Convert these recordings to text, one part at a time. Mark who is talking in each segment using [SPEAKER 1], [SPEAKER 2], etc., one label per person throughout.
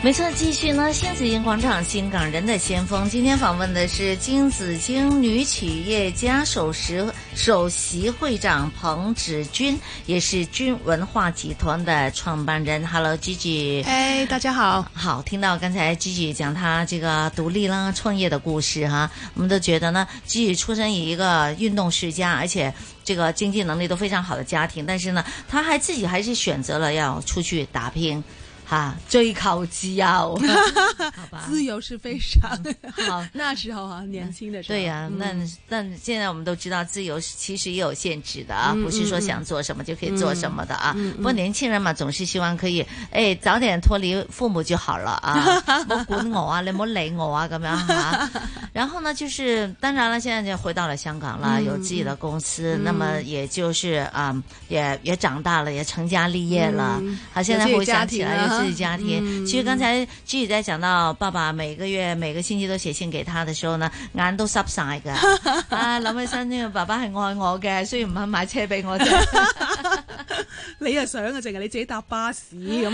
[SPEAKER 1] 没错，继续呢，新紫荆广场，新港人的先锋。今天访问的是金紫荆女企业家首席首席会长彭芷君，也是君文化集团的创办人。Hello，Gigi。
[SPEAKER 2] 哎，大家好。
[SPEAKER 1] 好，听到刚才 Gigi 讲她这个独立啦、创业的故事哈，我们都觉得呢，Gigi 出身于一个运动世家，而且。这个经济能力都非常好的家庭，但是呢，她还自己还是选择了要出去打拼。哈，追求自 由，
[SPEAKER 2] 自由是非常
[SPEAKER 1] 好。
[SPEAKER 2] 那时候啊，年轻的时候。
[SPEAKER 1] 对呀、啊，那、嗯、但现在我们都知道，自由其实也有限制的啊，嗯、不是说想做什么就可以做什么的啊。嗯、不过年轻人嘛，总是希望可以，哎，早点脱离父母就好了 啊，不管我啊，你冇理我啊，咁样啊。然后呢，就是当然了，现在就回到了香港了，有自己的公司，那么也就是啊，也也长大了，也成家立业了。好，现在回想起来。嗯自己家庭，嗯、其实刚才自己在讲到爸爸每個月每個星期都寫信給他嘅時候呢，眼都濕晒 㗎。啊，諗起身呢，爸爸係愛我嘅，雖然唔肯買車俾我啫。
[SPEAKER 2] 你又想啊，淨係你自己搭巴士咁。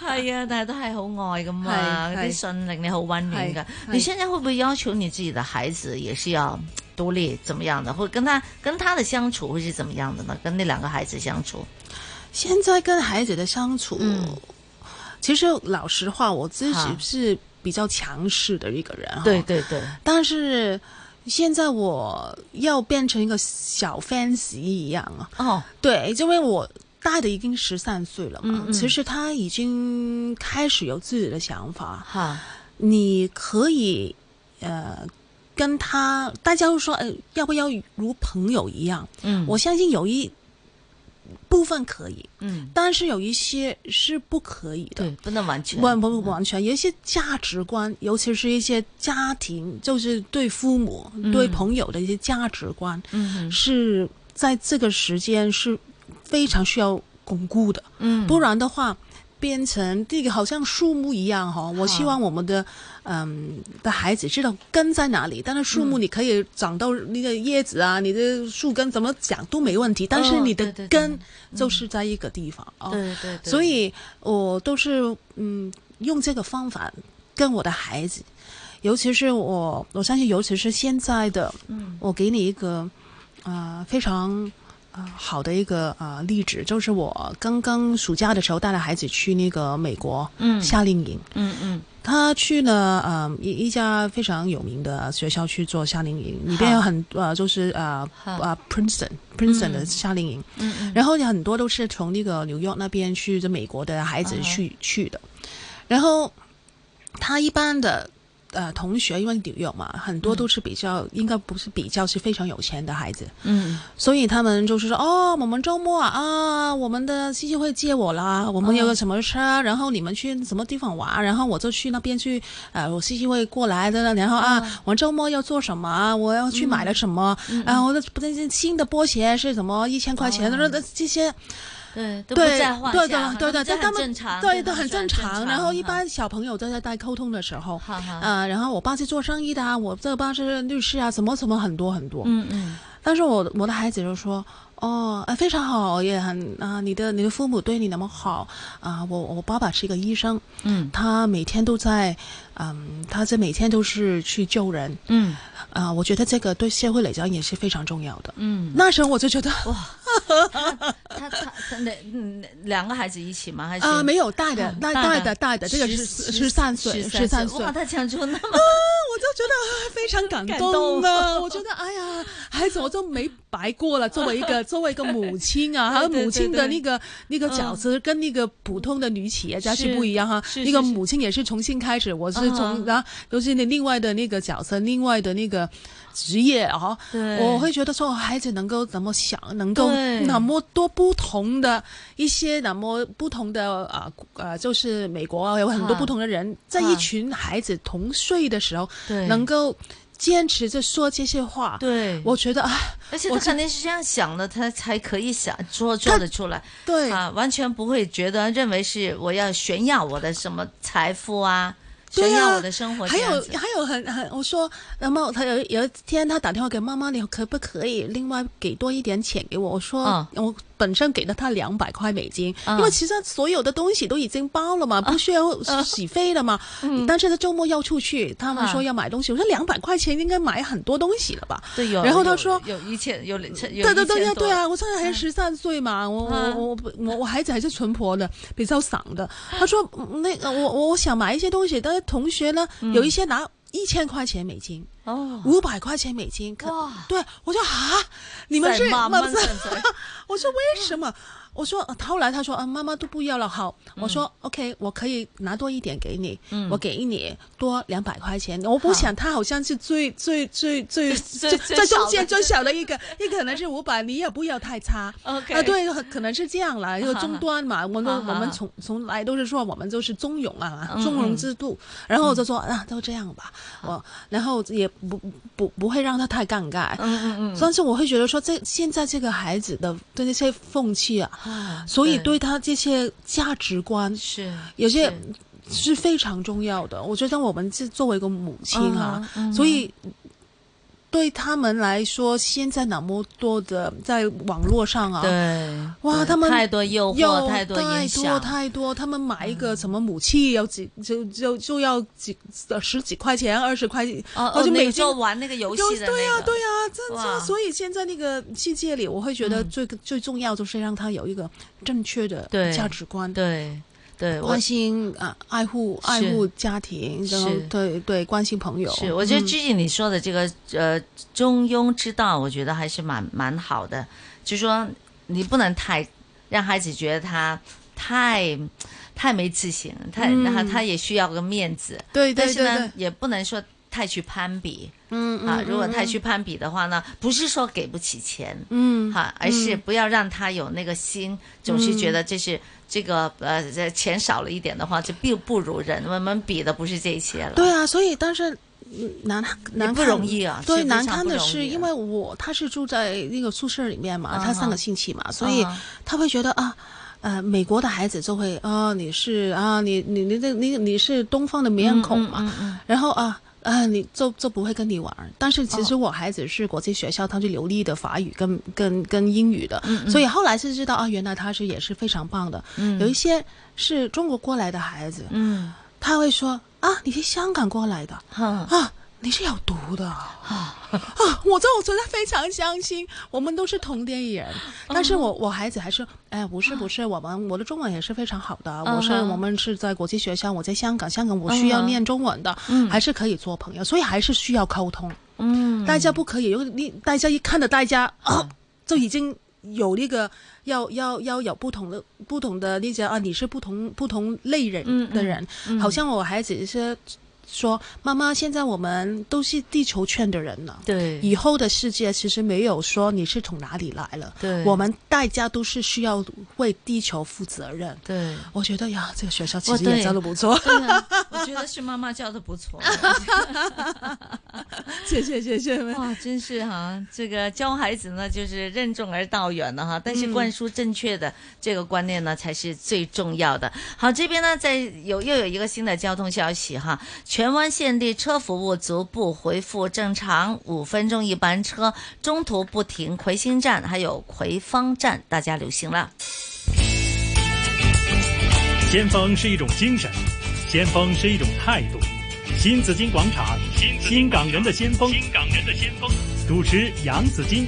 [SPEAKER 1] 係啊，但係都係好愛㗎嘛，啲信令你好溫暖㗎。你現在會唔會要求你自己的孩子也是要獨立，怎麼樣的？或跟他跟他的相處會是怎麼樣的呢？跟那兩個孩子相處，
[SPEAKER 2] 現在跟孩子的相處。嗯其實老實話，我自己是比較強勢的一個人哈。
[SPEAKER 1] 對對對。
[SPEAKER 2] 但是現在我要變成一個小 fans 一樣啊。
[SPEAKER 1] 哦。
[SPEAKER 2] 對，因為我大的已經十三歲了嘛，嗯嗯其實他已經開始有自己的想法。
[SPEAKER 1] 哈。
[SPEAKER 2] 你可以，呃。跟他，大家都說，呃，要不要如朋友一樣？
[SPEAKER 1] 嗯。
[SPEAKER 2] 我相信有一。部分可以，
[SPEAKER 1] 嗯，
[SPEAKER 2] 但是有一些是不可以的，
[SPEAKER 1] 对，嗯不能完全，
[SPEAKER 2] 不不不完全，有一些价值观，尤其是一些家庭，就是对父母、嗯、对朋友的一些价值观，
[SPEAKER 1] 嗯，
[SPEAKER 2] 是在这个时间是非常需要巩固的，
[SPEAKER 1] 嗯，
[SPEAKER 2] 不然的话。变成这个好像树木一样哈，我希望我们的嗯的孩子知道根在哪里。但是树木你可以长到那个叶子啊，嗯、你的树根怎么讲都没问题，但是你的根就是在一个地方啊。
[SPEAKER 1] 嗯对对对。
[SPEAKER 2] 所以我都是嗯用这个方法跟我的孩子，尤其是我我相信，尤其是现在的，
[SPEAKER 1] 嗯，
[SPEAKER 2] 我给你一个啊、呃、非常。啊、呃，好的一个啊、呃、例子，就是我刚刚暑假的时候带了孩子去那个美国夏令营，
[SPEAKER 1] 嗯嗯，嗯
[SPEAKER 2] 他去了呃一一家非常有名的学校去做夏令营，里边有很呃就是呃啊 Princeton Princeton 的夏令营，
[SPEAKER 1] 嗯嗯，
[SPEAKER 2] 然后有很多都是从那个纽约那边去这美国的孩子去、嗯、去的，然后他一般的。呃，同学因为纽约嘛，很多都是比较，嗯、应该不是比较，是非常有钱的孩子。
[SPEAKER 1] 嗯，
[SPEAKER 2] 所以他们就是说，哦，我们周末啊，啊我们的亲戚会接我啦，我们有个什么车，哦、然后你们去什么地方玩，然后我就去那边去，呃，我亲戚会过来的，然后啊，哦、我周末要做什么，我要去买了什么，嗯、然后那那些新的波鞋是什么一千块钱的，那、哦、这些。
[SPEAKER 1] 对，都不在话
[SPEAKER 2] 对对对对，
[SPEAKER 1] 但
[SPEAKER 2] 他们对都很正常。嗯然后一般小朋友都在带沟通的时候，呃，然后我爸是做生意的啊，我这爸是律师啊，什么什么很多很多。
[SPEAKER 1] 嗯嗯。
[SPEAKER 2] 但是我我的孩子就说，哦，非常好，也很啊，你的你的父母对你那么好啊。我我爸爸是一个医生，
[SPEAKER 1] 嗯，
[SPEAKER 2] 他每天都在，嗯，他这每天都是去救人，
[SPEAKER 1] 嗯，
[SPEAKER 2] 啊，我觉得这个对社会来讲也是非常重要的。
[SPEAKER 1] 嗯，
[SPEAKER 2] 那时候我就觉得
[SPEAKER 1] 哇。他他他那嗯两个孩子一起吗？还是
[SPEAKER 2] 啊，没有大的，大大的大的，这个是十三岁，
[SPEAKER 1] 十
[SPEAKER 2] 三岁。
[SPEAKER 1] 哇，他讲出那么，我就
[SPEAKER 2] 觉得啊非常感动啊！我觉得哎呀，孩子我都没白过 了。作为一个作为一个母亲啊，还有母亲的那个那个角色跟那个普通的女企业家嗯是不一样哈。那个母亲也是啊重新开始，我是从然后尤其你另外的那个角色，另外的那个职业啊，我会觉得说孩子能够怎么想，能够。那么多不同的一些，那么不同的啊呃，就是啊美国有很多不同的人，在一群孩子同岁的时候，能够。坚持着说这些话。
[SPEAKER 1] 对
[SPEAKER 2] 我觉得啊，
[SPEAKER 1] 而且
[SPEAKER 2] 我
[SPEAKER 1] 他
[SPEAKER 2] 真
[SPEAKER 1] 肯定是这样想的，他才可以想做做得出来
[SPEAKER 2] 对，
[SPEAKER 1] 啊，完全不会觉得认为是我要炫耀我的什么财富啊，
[SPEAKER 2] 对
[SPEAKER 1] 炫
[SPEAKER 2] 呀，
[SPEAKER 1] 耀我的生活
[SPEAKER 2] 还
[SPEAKER 1] 这样
[SPEAKER 2] 有
[SPEAKER 1] 子。
[SPEAKER 2] 还有很很，我说，然后他有有一天他打电话给妈妈，你可不可以另外给多一点钱给我？我说、我本身给了他两百块美金，
[SPEAKER 1] 嗯
[SPEAKER 2] 因为其实所有的东西都已经包了嘛，不需要洗 费了嘛。但是他周末要出去，他们说
[SPEAKER 1] 嗯
[SPEAKER 2] 要买东西，我说两百块钱应该买很多东西了吧？
[SPEAKER 1] 对，有。
[SPEAKER 2] 然后他
[SPEAKER 1] 有
[SPEAKER 2] 说
[SPEAKER 1] 有一千，有两千，有
[SPEAKER 2] 对对
[SPEAKER 1] 一千
[SPEAKER 2] 对呀，
[SPEAKER 1] 多
[SPEAKER 2] 对啊，我现在还是十三岁嘛，我我
[SPEAKER 1] 嗯
[SPEAKER 2] 我不我我孩子还是纯婆的，比较散的。他说嗯那个我我我想买一些东西，但是同学呢
[SPEAKER 1] 嗯
[SPEAKER 2] 有一些拿一千块钱美金，
[SPEAKER 1] 哦，
[SPEAKER 2] 五百块钱美金，可
[SPEAKER 1] 哇
[SPEAKER 2] 对我说啊，你们是
[SPEAKER 1] 在慢慢
[SPEAKER 2] 我 说
[SPEAKER 1] 算算
[SPEAKER 2] 我说为什么？我说后来他说啊，妈妈都不要了，好，
[SPEAKER 1] 嗯
[SPEAKER 2] 我说 OK，我可以拿多一点给你，我给你多两百块钱，我不想他好像是最最最最
[SPEAKER 1] 最
[SPEAKER 2] 最
[SPEAKER 1] 最
[SPEAKER 2] 在中
[SPEAKER 1] 少
[SPEAKER 2] 间
[SPEAKER 1] 的
[SPEAKER 2] 最小的一个，你可能是五百，你也不要太差。
[SPEAKER 1] OK
[SPEAKER 2] 啊，对，可能是这样啦，因为
[SPEAKER 1] 哈
[SPEAKER 2] 终
[SPEAKER 1] 哈
[SPEAKER 2] 端嘛，我们都
[SPEAKER 1] 哈嗯哈
[SPEAKER 2] 我们从从来都是说我们就是中庸啊，中庸之度。然后我
[SPEAKER 1] 嗯
[SPEAKER 2] 就说啊，都这样吧，我然后也不不不会让他太尴尬。
[SPEAKER 1] 嗯嗯
[SPEAKER 2] 但是我会觉得说这，现在这个孩子的对那些风气啊，
[SPEAKER 1] 嗯，啊
[SPEAKER 2] 所以对他这些价值观，
[SPEAKER 1] 是
[SPEAKER 2] 有些
[SPEAKER 1] 是
[SPEAKER 2] 是非常重要的。我觉得我们是作为一个母亲啊，
[SPEAKER 1] 嗯哼嗯哼
[SPEAKER 2] 所以对他们来说，现在那么多的在网络上啊，
[SPEAKER 1] 对，
[SPEAKER 2] 哇
[SPEAKER 1] 对
[SPEAKER 2] 他们
[SPEAKER 1] 太多诱惑，
[SPEAKER 2] 有
[SPEAKER 1] 太多影
[SPEAKER 2] 太多
[SPEAKER 1] 响，
[SPEAKER 2] 太多他们买一个什么母器要几就就就要几呃十几块钱，二十块钱，
[SPEAKER 1] 哦
[SPEAKER 2] 或
[SPEAKER 1] 哦，
[SPEAKER 2] 者
[SPEAKER 1] 那
[SPEAKER 2] 每
[SPEAKER 1] 个
[SPEAKER 2] 金
[SPEAKER 1] 时候玩那个游
[SPEAKER 2] 就
[SPEAKER 1] 戏的
[SPEAKER 2] 对呀、啊
[SPEAKER 1] 那个，
[SPEAKER 2] 对呀、这
[SPEAKER 1] 哇嗯
[SPEAKER 2] 这，所以现在那个世界里，我会觉得最、最重要就是让他有一个正确的
[SPEAKER 1] 对
[SPEAKER 2] 价值观，
[SPEAKER 1] 对对，我
[SPEAKER 2] 关心啊、爱护
[SPEAKER 1] 是
[SPEAKER 2] 爱护家庭，然后
[SPEAKER 1] 是
[SPEAKER 2] 对对关心朋友，
[SPEAKER 1] 是，我觉
[SPEAKER 2] 嗯
[SPEAKER 1] 得最近你说的这个呃中庸之道，我觉得还是蛮蛮好的。就说你不能太让孩子觉得他太太没自信，太那、
[SPEAKER 2] 嗯
[SPEAKER 1] 他也需要个面子，
[SPEAKER 2] 对对
[SPEAKER 1] 但是
[SPEAKER 2] 对
[SPEAKER 1] 呢
[SPEAKER 2] 对，
[SPEAKER 1] 也不能说太去攀比
[SPEAKER 2] 嗯嗯
[SPEAKER 1] 啊。如果
[SPEAKER 2] 嗯
[SPEAKER 1] 太去攀比的话呢，不是说给不起钱，
[SPEAKER 2] 嗯嗯
[SPEAKER 1] 哈，而是不要让他有那个心，总是觉得这是这个呃这钱少了一点的话，就并不如人。我们比的不是这些了，
[SPEAKER 2] 对啊，所以但是嗯难难
[SPEAKER 1] 不
[SPEAKER 2] 看
[SPEAKER 1] 容易啊
[SPEAKER 2] 对
[SPEAKER 1] 是非
[SPEAKER 2] 难
[SPEAKER 1] 常
[SPEAKER 2] 堪
[SPEAKER 1] 不
[SPEAKER 2] 的
[SPEAKER 1] 容
[SPEAKER 2] 是，
[SPEAKER 1] 易
[SPEAKER 2] 因为我他是住在那个宿舍里面嘛，
[SPEAKER 1] 啊
[SPEAKER 2] 他上
[SPEAKER 1] 哈
[SPEAKER 2] 个星期嘛，所以
[SPEAKER 1] 啊哈
[SPEAKER 2] 他会觉得啊。呃，美国的孩子就会啊、你是啊，你你你这你你是东方的面
[SPEAKER 1] 嗯
[SPEAKER 2] 孔
[SPEAKER 1] 嗯
[SPEAKER 2] 嘛，
[SPEAKER 1] 嗯嗯
[SPEAKER 2] 然后啊啊，你就就不会跟你玩儿。但是其实我孩子是国际学校，他是流利的法语跟跟跟英语的，所以后来是知道啊，原来他是也是非常棒的。
[SPEAKER 1] 嗯
[SPEAKER 2] 有一些是中国过来的孩子，
[SPEAKER 1] 嗯，
[SPEAKER 2] 他会说啊，你是香港过来的
[SPEAKER 1] 哈，
[SPEAKER 2] 啊。你是有毒的啊！我这我真的非常相信，我们都是同电影人，
[SPEAKER 1] 嗯
[SPEAKER 2] 但是我我孩子还是哎，不是不是，我们我的中文也是非常好的，我是
[SPEAKER 1] 嗯哼
[SPEAKER 2] 我们是在国际学校，我在香港，香港我需要
[SPEAKER 1] 嗯哼
[SPEAKER 2] 念中文的，
[SPEAKER 1] 嗯
[SPEAKER 2] 还是可以做朋友，所以还是需要沟通。
[SPEAKER 1] 嗯，
[SPEAKER 2] 大家不可以，因为你大家一看到大家啊，就已经有那个要要要有不同的不同的那些啊，你是不同不同类
[SPEAKER 1] 嗯
[SPEAKER 2] 人
[SPEAKER 1] 嗯
[SPEAKER 2] 的人，好像我孩子是说妈妈，现在我们都是地球圈的人了。
[SPEAKER 1] 对
[SPEAKER 2] 以后的世界其实没有说你是从哪里来了，
[SPEAKER 1] 对
[SPEAKER 2] 我们大家都是需要为地球负责任。
[SPEAKER 1] 对。
[SPEAKER 2] 我觉得呀，这个学校其
[SPEAKER 1] 哇
[SPEAKER 2] 实也
[SPEAKER 1] 哦对
[SPEAKER 2] 教的不错，
[SPEAKER 1] 对啊，我觉得是妈妈教的不错，
[SPEAKER 2] 谢谢谢谢。
[SPEAKER 1] 哇，真是哈、这个教孩子呢，就是任重而道远的哈，但是灌输正确的这个观念呢，才是最重要的。好，这边呢，在有又有一个新的交通消息哈，荃湾限地车服务逐步恢复正常，五分钟一班车，中途不停葵兴站还有葵芳站，大家留心了。
[SPEAKER 3] 先锋是一种精神，先锋是一种态度。新紫金广场，新新港人的先锋，新港人的先锋。主持杨紫金。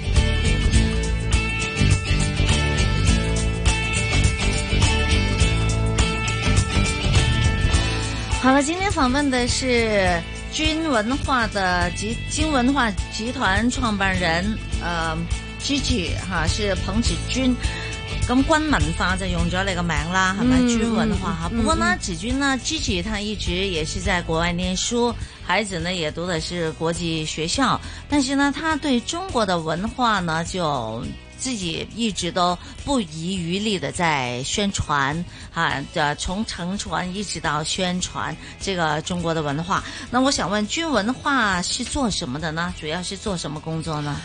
[SPEAKER 1] 好了，今天访问的是军文化的集金文化集团创办人，呃，Gigi 哈是彭子君。咁軍文化就用咗你個名啦，係咪？
[SPEAKER 2] 嗯
[SPEAKER 1] 軍文化哈。
[SPEAKER 2] 嗯
[SPEAKER 1] 不過呢，子君呢，Gigi 他一直也是在國外念書，孩子呢也讀的是國際學校，但是呢，他對中國的文化呢就自己一直都不遗余力的在宣传啊，呃，从乘船一直到宣传这个中国的文化。那我想问，军文化是做什么的呢？主要是做什么工作呢？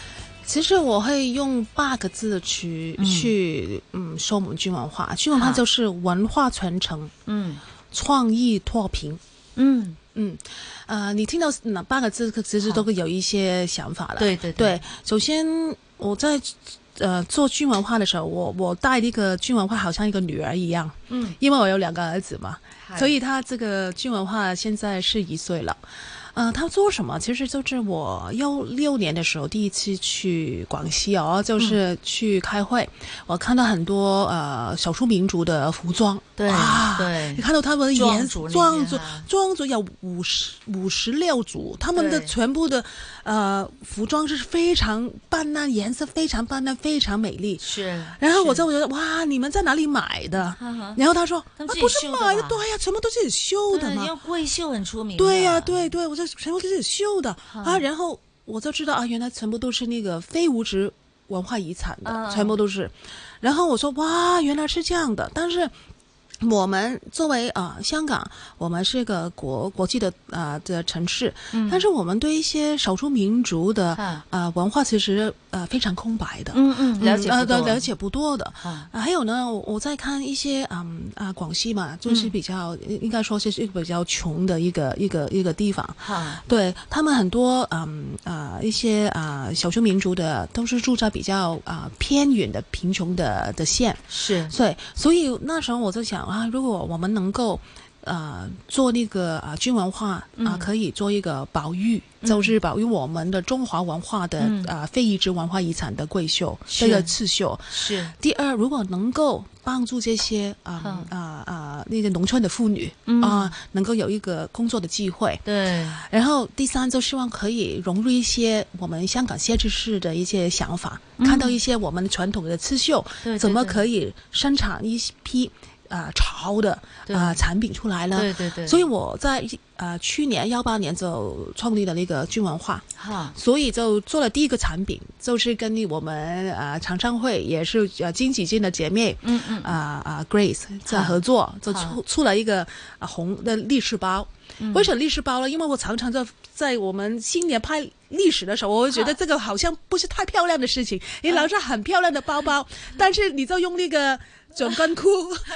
[SPEAKER 2] 其实我会用八个字去、
[SPEAKER 1] 嗯啊
[SPEAKER 2] 去嗯说我们军文化，军文化
[SPEAKER 1] 好
[SPEAKER 2] 就是文化传承、
[SPEAKER 1] 嗯
[SPEAKER 2] 创意脱贫。
[SPEAKER 1] 嗯，
[SPEAKER 2] 嗯，呃，你听到哪八个字，其实
[SPEAKER 1] 好
[SPEAKER 2] 都会有一些想法了。
[SPEAKER 1] 对对
[SPEAKER 2] 对，首先我在呃做军文化的时候，我我带这个军文化好像一个女儿一样，
[SPEAKER 1] 嗯，
[SPEAKER 2] 因为我有两个儿子嘛，
[SPEAKER 1] 嗨
[SPEAKER 2] 所以他这个军文化现在是一岁了。呃，他做什么？其实就是我幺六年的时候第一次去广西哦，就是去开会，我看到很多呃少数民族的服装，
[SPEAKER 1] 对
[SPEAKER 2] 啊，
[SPEAKER 1] 对
[SPEAKER 2] 你看到他们的
[SPEAKER 1] 壮
[SPEAKER 2] 颜
[SPEAKER 1] 族那
[SPEAKER 2] 壮
[SPEAKER 1] 边
[SPEAKER 2] 族
[SPEAKER 1] 啊
[SPEAKER 2] 装着有五十五十六组，他们的
[SPEAKER 1] 对
[SPEAKER 2] 全部的呃服装是非常斑斓，颜色非常斑斓，非常美丽。
[SPEAKER 1] 是。
[SPEAKER 2] 然后我
[SPEAKER 1] 是
[SPEAKER 2] 就觉得哇，你们在哪里买的？
[SPEAKER 1] 哈哈
[SPEAKER 2] 然后他说
[SPEAKER 1] 他们
[SPEAKER 2] 啊，
[SPEAKER 1] 自己
[SPEAKER 2] 不是
[SPEAKER 1] 绣的
[SPEAKER 2] 买的
[SPEAKER 1] 吧，
[SPEAKER 2] 对呀、全部都自己绣的
[SPEAKER 1] 对
[SPEAKER 2] 嘛
[SPEAKER 1] 因为。桂秀很出名的。
[SPEAKER 2] 对呀、对对，我就全部都自己绣的啊。然后我就知道啊，原来全部都是那个非物质文化遗产的，
[SPEAKER 1] 嗯
[SPEAKER 2] 全部都是。然后我说哇，原来是这样的，但是。我们作为啊、呃香港，我们是个国国际的啊、呃的城市，
[SPEAKER 1] 嗯
[SPEAKER 2] 但是我们对一些少数民族的
[SPEAKER 1] 啊
[SPEAKER 2] 啊、呃文化其实呃非常空白的，
[SPEAKER 1] 嗯嗯，了解
[SPEAKER 2] 嗯呃
[SPEAKER 1] 不
[SPEAKER 2] 了
[SPEAKER 1] 多
[SPEAKER 2] 了解不多的
[SPEAKER 1] 啊
[SPEAKER 2] 啊。还有呢，我我在看一些嗯啊广西嘛，
[SPEAKER 1] 嗯
[SPEAKER 2] 就是比较、应该说是一个比较穷的一个一个一个地方。
[SPEAKER 1] 哈，
[SPEAKER 2] 对他们很多嗯啊、一些啊、少数民族的都是住在比较啊、偏远的贫穷的的县，
[SPEAKER 1] 是
[SPEAKER 2] 对，所以那时候我就想啊，如果我们能够。呃，做那个啊、军文化啊、
[SPEAKER 1] 嗯
[SPEAKER 2] 可以做一个保育，就是保育我们的中华文化的啊、
[SPEAKER 1] 嗯
[SPEAKER 2] 非遗之文化遗产的桂绣，
[SPEAKER 1] 是
[SPEAKER 2] 这个刺绣。
[SPEAKER 1] 是，
[SPEAKER 2] 第二，如果能够帮助这些啊
[SPEAKER 1] 嗯
[SPEAKER 2] 啊啊那个农村的妇女啊、
[SPEAKER 1] 嗯
[SPEAKER 2] 能够有一个工作的机会。
[SPEAKER 1] 对，
[SPEAKER 2] 然后第三，就希望可以融入一些我们香港县志市的一些想法，看到一些我们传统的刺绣
[SPEAKER 1] 嗯对对
[SPEAKER 2] 怎么
[SPEAKER 1] 对
[SPEAKER 2] 可以生产一批啊、呃潮的
[SPEAKER 1] 对
[SPEAKER 2] 啊、呃产品出来呢？
[SPEAKER 1] 对对对，
[SPEAKER 2] 所以我在呃去年幺八年就创立了那个军文化，
[SPEAKER 1] 哈，
[SPEAKER 2] 所以就做了第一个产品，就是跟我们呃长商会也是呃金几金的姐妹，
[SPEAKER 1] 嗯嗯
[SPEAKER 2] 啊啊 Grace 在合作，就
[SPEAKER 1] 好
[SPEAKER 2] 出出了一个、啊、红的历史包。
[SPEAKER 1] 嗯
[SPEAKER 2] 为什么历史包呢？因为我常常在在我们新年拍历史的时候，我会觉得这个好像不是太漂亮的事 情。你拿着很漂亮的包包， 但是你就用那个。卷干裤，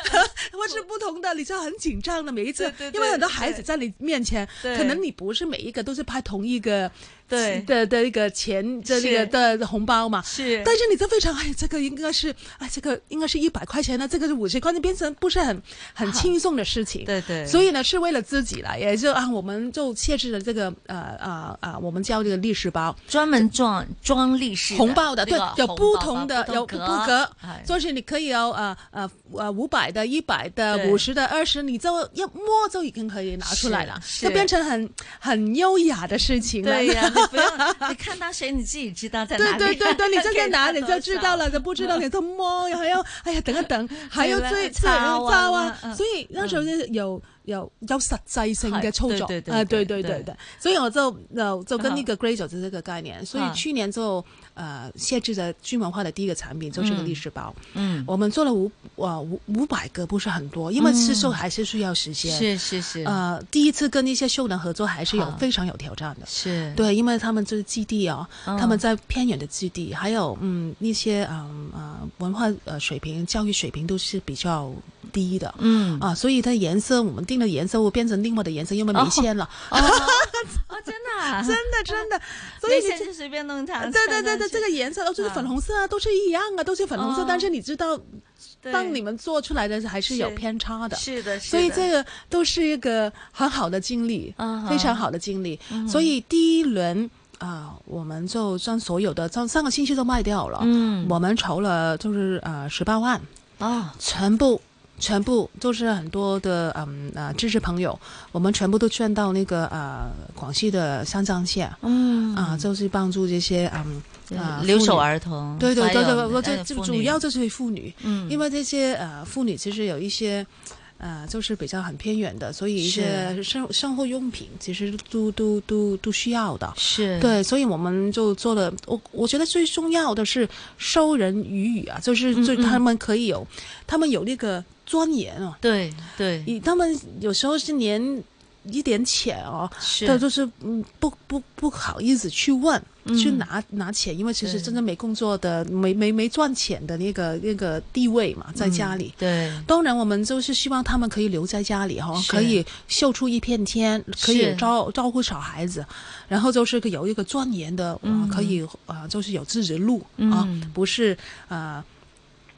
[SPEAKER 2] 或是不同的，你就很紧张的。每一次，
[SPEAKER 1] 对对对
[SPEAKER 2] 因为很多孩子在你面前，
[SPEAKER 1] 对
[SPEAKER 2] 可能你不是每一个都是拍同一个
[SPEAKER 1] 对
[SPEAKER 2] 的的一个钱的那
[SPEAKER 1] 是
[SPEAKER 2] 个的的红包嘛。
[SPEAKER 1] 是
[SPEAKER 2] 但是你就非常哎，这个应该是哎，这个应该是一百块钱的，这个是五十块钱，变成不是很很轻松的事情。
[SPEAKER 1] 对对，
[SPEAKER 2] 所
[SPEAKER 1] 以
[SPEAKER 2] 以呢，是为了自己了，也就啊，我们就设置了这个呃啊啊，我们叫这个历史包，
[SPEAKER 1] 专门装装立式
[SPEAKER 2] 红包的，
[SPEAKER 1] 那
[SPEAKER 2] 对
[SPEAKER 1] 个，
[SPEAKER 2] 有
[SPEAKER 1] 红
[SPEAKER 2] 不
[SPEAKER 1] 包
[SPEAKER 2] 同的，有
[SPEAKER 1] 不
[SPEAKER 2] 不
[SPEAKER 1] 同
[SPEAKER 2] 格
[SPEAKER 1] 哎，
[SPEAKER 2] 就是你可以有呃呃呃五百的、一百的、
[SPEAKER 1] 对
[SPEAKER 2] 五十的、二十，你就一摸就已经可以拿出来了，
[SPEAKER 1] 是是
[SPEAKER 2] 就变成很很优雅的事情了。
[SPEAKER 1] 对呀，你不用，你看到谁你自己知道在哪
[SPEAKER 2] 对
[SPEAKER 1] 里，
[SPEAKER 2] 对 对对，你站在哪
[SPEAKER 1] 给
[SPEAKER 2] 里
[SPEAKER 1] 他
[SPEAKER 2] 就知道
[SPEAKER 1] 多少。
[SPEAKER 2] 了，就不知道你就摸，还要 哎呀等一等，还要
[SPEAKER 1] 嗯对
[SPEAKER 2] 追
[SPEAKER 1] 擦
[SPEAKER 2] 追
[SPEAKER 1] 啊
[SPEAKER 2] 擦
[SPEAKER 1] 嗯嗯
[SPEAKER 2] 啊，所以那時候咧有有有實際性嘅操作，
[SPEAKER 1] 係對對
[SPEAKER 2] 啊
[SPEAKER 1] 對
[SPEAKER 2] 對對
[SPEAKER 1] 對嗯
[SPEAKER 2] 對對，所以我就就就跟呢個 Grey 就是這個概念，所以去年就呃設置了軍文化的第一個產品就是個歷史包，
[SPEAKER 1] 嗯，
[SPEAKER 2] 我們做了五啊五五百個，不是很多，因為刺繡還是需要時間，
[SPEAKER 1] 是是是
[SPEAKER 2] 呃第一次跟一些秀能合作還是有
[SPEAKER 1] 好
[SPEAKER 2] 非常有挑戰的。
[SPEAKER 1] 是，
[SPEAKER 2] 对，因为他们就是基地哦，
[SPEAKER 1] 嗯
[SPEAKER 2] 他们在偏远的基地，还有嗯那些嗯呃文化呃水平、教育水平都是比较低的。
[SPEAKER 1] 嗯
[SPEAKER 2] 啊，所以它颜色我们定的颜色会变成另外的颜色，因为没线了，
[SPEAKER 1] 哦哦，真的啊，
[SPEAKER 2] 真的真的，所以
[SPEAKER 1] 没
[SPEAKER 2] 你
[SPEAKER 1] 钱
[SPEAKER 2] 这
[SPEAKER 1] 就随便弄它。
[SPEAKER 2] 对对对
[SPEAKER 1] 穿
[SPEAKER 2] 对，这
[SPEAKER 1] 上
[SPEAKER 2] 个
[SPEAKER 1] 去
[SPEAKER 2] 颜色就是
[SPEAKER 1] 啊
[SPEAKER 2] 粉红色啊，都是一样啊，都是粉红色，
[SPEAKER 1] 哦
[SPEAKER 2] 但是你知道，
[SPEAKER 1] 对
[SPEAKER 2] 当你们做出来的还是有
[SPEAKER 1] 是
[SPEAKER 2] 偏差的，
[SPEAKER 1] 是的，是
[SPEAKER 2] 所以
[SPEAKER 1] 的
[SPEAKER 2] 这个都是一个很好的经历，
[SPEAKER 1] 嗯哼
[SPEAKER 2] 非常好的经历。
[SPEAKER 1] 嗯
[SPEAKER 2] 所以第一轮啊、我们就将所有的将上个星期都卖掉了。
[SPEAKER 1] 嗯
[SPEAKER 2] 我们筹了就是呃十八万，
[SPEAKER 1] 哦，
[SPEAKER 2] 全部全部都是很多的嗯啊支持朋友，我们全部都捐到那个呃广西的湘藏县啊、
[SPEAKER 1] 嗯
[SPEAKER 2] 就是帮助这些嗯啊
[SPEAKER 1] 留守。
[SPEAKER 2] 妇女
[SPEAKER 1] 儿童，
[SPEAKER 2] 对对
[SPEAKER 1] 还
[SPEAKER 2] 对对，
[SPEAKER 1] 有
[SPEAKER 2] 我这
[SPEAKER 1] 呃妇
[SPEAKER 2] 主
[SPEAKER 1] 女
[SPEAKER 2] 要就是妇女，
[SPEAKER 1] 嗯，
[SPEAKER 2] 因为这些呃妇女其实有一些呃，就是比较很偏远的，所以一些生生活用品其实都都都都需要的。
[SPEAKER 1] 是，
[SPEAKER 2] 对，所以我们就做了。我我觉得最重要的是授人以语啊，就是就
[SPEAKER 1] 嗯嗯
[SPEAKER 2] 他们可以有，他们有那个钻研哦。
[SPEAKER 1] 对对
[SPEAKER 2] 以他们有时候是连一点钱哦，
[SPEAKER 1] 是，
[SPEAKER 2] 他就是嗯不不不好意思去问，
[SPEAKER 1] 嗯
[SPEAKER 2] 去拿拿钱，因为其实
[SPEAKER 1] 对
[SPEAKER 2] 真正没工作的、没没没赚钱的那个那个地位嘛，
[SPEAKER 1] 嗯
[SPEAKER 2] 在家里。
[SPEAKER 1] 对，
[SPEAKER 2] 当然，我们就是希望他们可以留在家里哈、
[SPEAKER 1] 是
[SPEAKER 2] 可以秀出一片天，可以
[SPEAKER 1] 是
[SPEAKER 2] 照照顾小孩子，然后就是有一个钻研的，
[SPEAKER 1] 嗯
[SPEAKER 2] 啊可以啊、呃就是有自己的路、啊
[SPEAKER 1] 嗯，
[SPEAKER 2] 不是啊。呃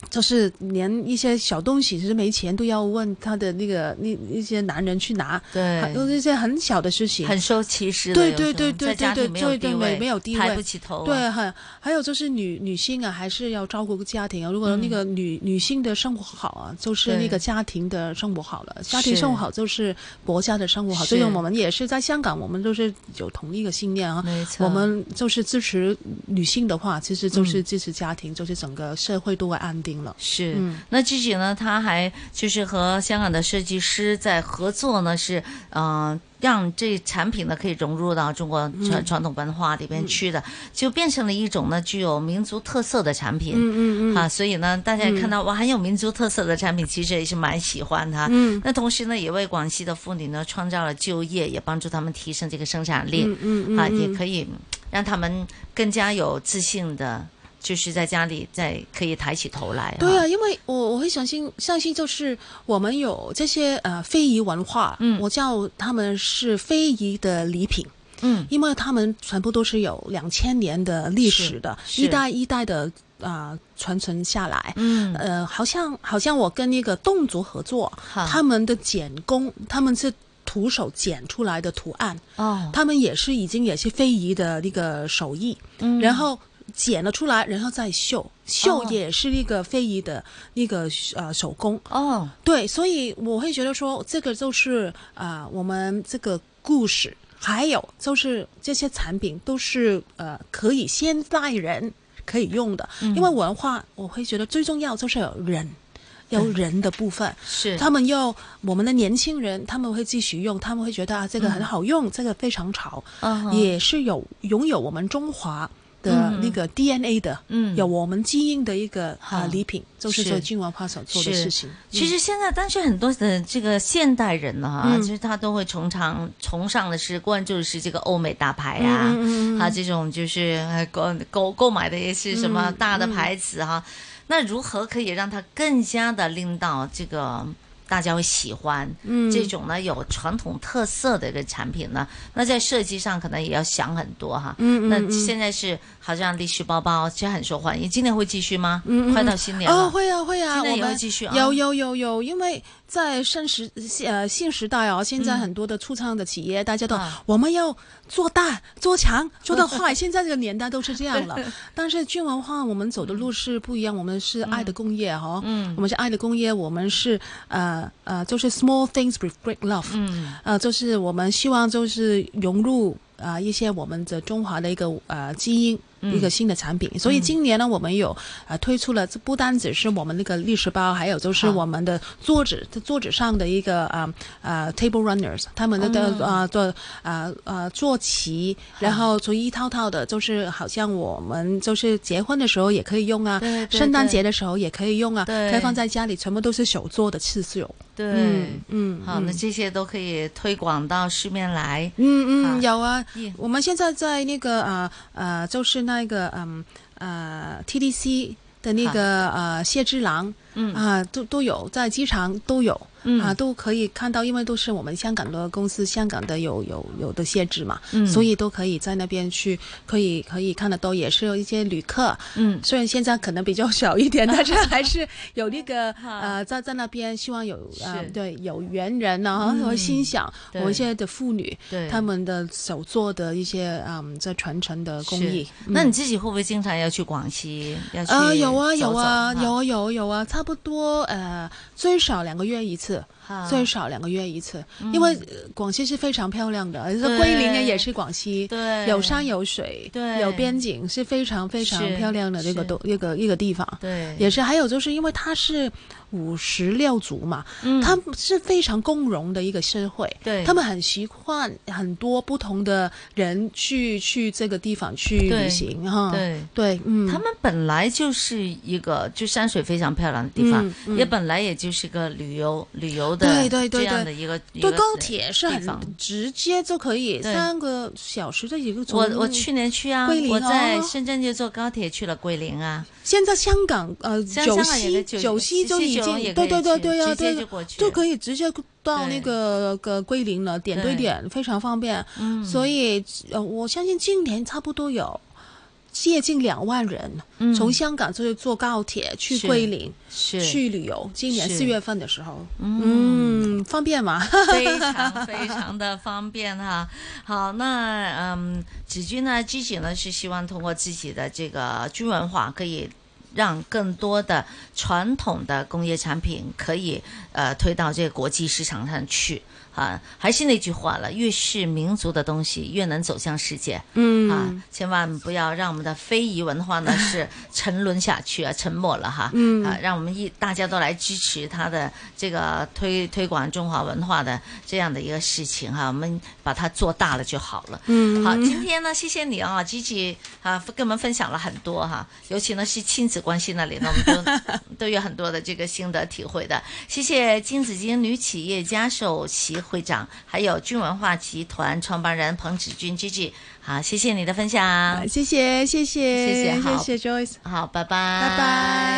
[SPEAKER 2] 就是连一些小东西，其实没钱都要问他的那个那那些男人去拿，还有
[SPEAKER 1] 对，
[SPEAKER 2] 一些很小的事情，
[SPEAKER 1] 很受歧视的
[SPEAKER 2] 对
[SPEAKER 1] 有时候，
[SPEAKER 2] 对对对
[SPEAKER 1] 在家
[SPEAKER 2] 对
[SPEAKER 1] 庭没有
[SPEAKER 2] 对对
[SPEAKER 1] 地位，
[SPEAKER 2] 没有地
[SPEAKER 1] 抬
[SPEAKER 2] 位
[SPEAKER 1] 不起头啊，
[SPEAKER 2] 对，很还有就是女女性啊，还是要照顾家庭啊。如果那个女、女性的生活好啊，就是
[SPEAKER 1] 嗯对
[SPEAKER 2] 那个家庭的生活好了，家庭
[SPEAKER 1] 是
[SPEAKER 2] 生活好就是国家的生活好。
[SPEAKER 1] 是
[SPEAKER 2] 这个我们也是在香港，我们都是有同一个信念啊。
[SPEAKER 1] 没错，嗯
[SPEAKER 2] 我们就是支持女性的话，其实就是支持家庭，就是整个社会都会安定了。
[SPEAKER 1] 是，
[SPEAKER 2] 嗯
[SPEAKER 1] 那自己呢，他还就是和香港的设计师在合作呢，是嗯、呃让这产品呢可以融入到中国传
[SPEAKER 2] 嗯
[SPEAKER 1] 传统文化里边去的，就变成了一种呢具有民族特色的产品。
[SPEAKER 2] 嗯
[SPEAKER 1] 啊，所以呢，大家也看到、哇，很有民族特色的产品，其实也是蛮喜欢它。
[SPEAKER 2] 嗯
[SPEAKER 1] 那同时呢，也为广西的妇女呢创造了就业，也帮助他们提升这个生产力。
[SPEAKER 2] 嗯嗯嗯
[SPEAKER 1] 啊，也可以嗯让他们更加有自信的，就是在家里再可以抬起头来。
[SPEAKER 2] 对啊，
[SPEAKER 1] 哈，
[SPEAKER 2] 因为我我会相信相信就是我们有这些呃非遗文化，
[SPEAKER 1] 嗯
[SPEAKER 2] 我叫他们是非遗的礼品。
[SPEAKER 1] 嗯，
[SPEAKER 2] 因为他们全部都是有两千年的历史的，
[SPEAKER 1] 是是
[SPEAKER 2] 一代一代的啊、呃传承下来。
[SPEAKER 1] 嗯，
[SPEAKER 2] 呃，好像好像我跟那个侗族合作，
[SPEAKER 1] 好
[SPEAKER 2] 他们的剪工，他们是徒手剪出来的图案，
[SPEAKER 1] 哦，
[SPEAKER 2] 他们也是已经也是非遗的那个手艺，
[SPEAKER 1] 嗯
[SPEAKER 2] 然后剪了出来，然后再绣，绣
[SPEAKER 1] 哦
[SPEAKER 2] 也是那个非遗的那个呃手工。
[SPEAKER 1] 哦，
[SPEAKER 2] 对，所以我会觉得说，这个就是啊、呃我们这个故事，还有就是这些产品都是呃，可以现代人可以用的，
[SPEAKER 1] 嗯
[SPEAKER 2] 因为文化，我会觉得最重要就是有人，有人的部分。
[SPEAKER 1] 是
[SPEAKER 2] 他们要我们的年轻人，他们会继续用，他们会觉得啊，这个很好用，这个非常潮，
[SPEAKER 1] 嗯哼
[SPEAKER 2] 也是有拥有我们中华的
[SPEAKER 1] 嗯
[SPEAKER 2] 那个 DNA 的，
[SPEAKER 1] 嗯
[SPEAKER 2] 有我们基因的一个
[SPEAKER 1] 好
[SPEAKER 2] 呃礼品，就是
[SPEAKER 1] 是
[SPEAKER 2] 说金文化所做的
[SPEAKER 1] 是
[SPEAKER 2] 事情。
[SPEAKER 1] 其实现在，但是很多的这个现代人呢、
[SPEAKER 2] 嗯
[SPEAKER 1] 哈、其实他都会崇尚崇尚的是关注的是这个欧美大
[SPEAKER 2] 嗯
[SPEAKER 1] 牌呀、啊，啊这种就是呃购购购买的也是什
[SPEAKER 2] 嗯
[SPEAKER 1] 么大的牌子哈、那如何可以让它更加的令到这个？大家会喜欢，嗯，这种呢有传统特色的一个产品呢，那在设计上可能也要想很多哈，嗯，那现在是好像历史包包其实很受欢迎，今年会继续吗？嗯，快到新年了，
[SPEAKER 2] 哦，会啊，会啊，
[SPEAKER 1] 现在
[SPEAKER 2] 我
[SPEAKER 1] 也会
[SPEAKER 2] 们
[SPEAKER 1] 继续啊
[SPEAKER 2] 有有有有，因为在新时呃新时代哦，现在很多的初创的企业，大家都
[SPEAKER 1] 嗯啊
[SPEAKER 2] 我们要做大、做强、做到坏。现在这个年代都是这样了，但是军文化我们走的路是不一样，我们是爱的工业哈，嗯，我们是爱的工业，我们是呃呃，就是 small things with great love，
[SPEAKER 1] 嗯，
[SPEAKER 2] 呃，就是我们希望就是融入啊、呃一些我们的中华的一个呃基因。
[SPEAKER 1] 嗯
[SPEAKER 2] 一个新的产品，所以今年呢，我们有呃推出了，这不单只是我们那个历史包，还有就是
[SPEAKER 1] 好
[SPEAKER 2] 我们的桌子，这桌子上的一个啊啊、呃 table runners，他们的
[SPEAKER 1] 哦
[SPEAKER 2] 的啊做啊啊坐骑，然后所以一套套的，就是好像我们就是结婚的时候也可以用啊
[SPEAKER 1] 对，对
[SPEAKER 2] 圣诞
[SPEAKER 1] 对
[SPEAKER 2] 节的时候也可以用啊，
[SPEAKER 1] 对
[SPEAKER 2] 可以放在家里，全部都是手做的刺绣。
[SPEAKER 1] 对，
[SPEAKER 2] 嗯嗯，
[SPEAKER 1] 好，那这些都可以推广到市面来。
[SPEAKER 2] 嗯
[SPEAKER 1] 啊
[SPEAKER 2] 嗯，有啊
[SPEAKER 1] 嗯，
[SPEAKER 2] 我们现在在那个呃呃，就是那个嗯呃 TDC 的那个呃谢之郎，
[SPEAKER 1] 嗯
[SPEAKER 2] 啊都都有在机场都有。
[SPEAKER 1] 嗯
[SPEAKER 2] 啊，都可以看到，因为都是我们香港的公司，香港的有有有的谢志嘛，
[SPEAKER 1] 嗯
[SPEAKER 2] 所以都可以在那边去，可以可以看得到，也是有一些旅客，
[SPEAKER 1] 嗯
[SPEAKER 2] 虽然现在可能比较少 一点，但是还是有那个呃，在在那边希望有呃
[SPEAKER 1] 是嗯
[SPEAKER 2] 对有缘人呢、啊，和心想我
[SPEAKER 1] 对
[SPEAKER 2] 们现在的妇女，
[SPEAKER 1] 对
[SPEAKER 2] 他们的手做的一些嗯，在传承的工艺
[SPEAKER 1] 是。
[SPEAKER 2] 嗯
[SPEAKER 1] 那你自己会不会经常要去广西？要去
[SPEAKER 2] 呃有啊有
[SPEAKER 1] 走走
[SPEAKER 2] 啊
[SPEAKER 1] 哈
[SPEAKER 2] 有啊有啊有啊，差不多呃最少两个月一
[SPEAKER 1] 啊嗯
[SPEAKER 2] 次。最少两个月一次，因为呃广西是非常漂亮的，而且桂林呢也是广西，
[SPEAKER 1] 对
[SPEAKER 2] 有山有水，
[SPEAKER 1] 对
[SPEAKER 2] 有边境，是非常非常
[SPEAKER 1] 是
[SPEAKER 2] 漂亮的这个
[SPEAKER 1] 是
[SPEAKER 2] 都一个一个地方。
[SPEAKER 1] 对，
[SPEAKER 2] 也是，还有就是因为它是五十六族嘛，
[SPEAKER 1] 嗯
[SPEAKER 2] 他们是非常共荣的一个社会，
[SPEAKER 1] 对
[SPEAKER 2] 他们很习惯很多不同的人去去这个地方去
[SPEAKER 1] 对
[SPEAKER 2] 旅行哈，
[SPEAKER 1] 对
[SPEAKER 2] 对，嗯，
[SPEAKER 1] 他们本来就是一个就山水非常漂亮的地方，
[SPEAKER 2] 嗯嗯
[SPEAKER 1] 也本来也就是个旅游旅游的
[SPEAKER 2] 对对
[SPEAKER 1] 这
[SPEAKER 2] 对
[SPEAKER 1] 样的一个一
[SPEAKER 2] 对
[SPEAKER 1] 个
[SPEAKER 2] 高铁是
[SPEAKER 1] 地方
[SPEAKER 2] 很直接就可以
[SPEAKER 1] 对
[SPEAKER 2] 三个小时的一个钟
[SPEAKER 1] 我我去年去啊，
[SPEAKER 2] 桂林
[SPEAKER 1] 我在
[SPEAKER 2] 哦
[SPEAKER 1] 深圳就坐高铁去了桂林啊，
[SPEAKER 2] 现在香港呃
[SPEAKER 1] 像
[SPEAKER 2] 九
[SPEAKER 1] 香港也
[SPEAKER 2] 溪
[SPEAKER 1] 在九
[SPEAKER 2] 九溪
[SPEAKER 1] 西
[SPEAKER 2] 就已
[SPEAKER 1] 九龙
[SPEAKER 2] 经
[SPEAKER 1] 也
[SPEAKER 2] 对
[SPEAKER 1] 可
[SPEAKER 2] 对
[SPEAKER 1] 以
[SPEAKER 2] 对
[SPEAKER 1] 去
[SPEAKER 2] 对呀，
[SPEAKER 1] 直接
[SPEAKER 2] 对
[SPEAKER 1] 就过去
[SPEAKER 2] 就可以直接到
[SPEAKER 1] 对
[SPEAKER 2] 那个个桂林了，点对
[SPEAKER 1] 对
[SPEAKER 2] 点非常方便。
[SPEAKER 1] 嗯，
[SPEAKER 2] 所以呃，我相信今年差不多有接近两万人、
[SPEAKER 1] 嗯
[SPEAKER 2] 从香港就是坐高铁去
[SPEAKER 1] 是
[SPEAKER 2] 桂林
[SPEAKER 1] 是
[SPEAKER 2] 去旅游。今年
[SPEAKER 1] 是
[SPEAKER 2] 四月份的时候，
[SPEAKER 1] 嗯。
[SPEAKER 2] 嗯，方便嘛？
[SPEAKER 1] 非常非常的方便哈。好，那嗯，子君呢，Gigi 呢是希望通过自己的这个军文化，可以让更多的传统的工业产品可以呃推到这个国际市场上去。啊，还是那句话了，越是民族的东西，越能走向世界。
[SPEAKER 2] 嗯
[SPEAKER 1] 啊， 千万不要让我们的非遗文化呢是沉沦下去啊，沉没了哈。
[SPEAKER 2] 嗯
[SPEAKER 1] 啊，让我们一大家都来支持它的这个推推广中华文化的这样的一个事情哈，我们把它做大了就好了。
[SPEAKER 2] 嗯，
[SPEAKER 1] 好，今天呢，谢谢你啊，Gigi 啊，跟我们分享了很多哈、尤其呢是亲子关系那里呢，我们 都都有很多的这个心得体会的。谢谢金紫荆女企业家首席会长，还有君文化集团创办人彭芷君 Gigi，好，谢谢你的分享，
[SPEAKER 2] 啊谢谢谢谢
[SPEAKER 1] 谢谢好
[SPEAKER 2] 谢谢 Joyce。
[SPEAKER 1] 好，拜拜，
[SPEAKER 2] 拜拜。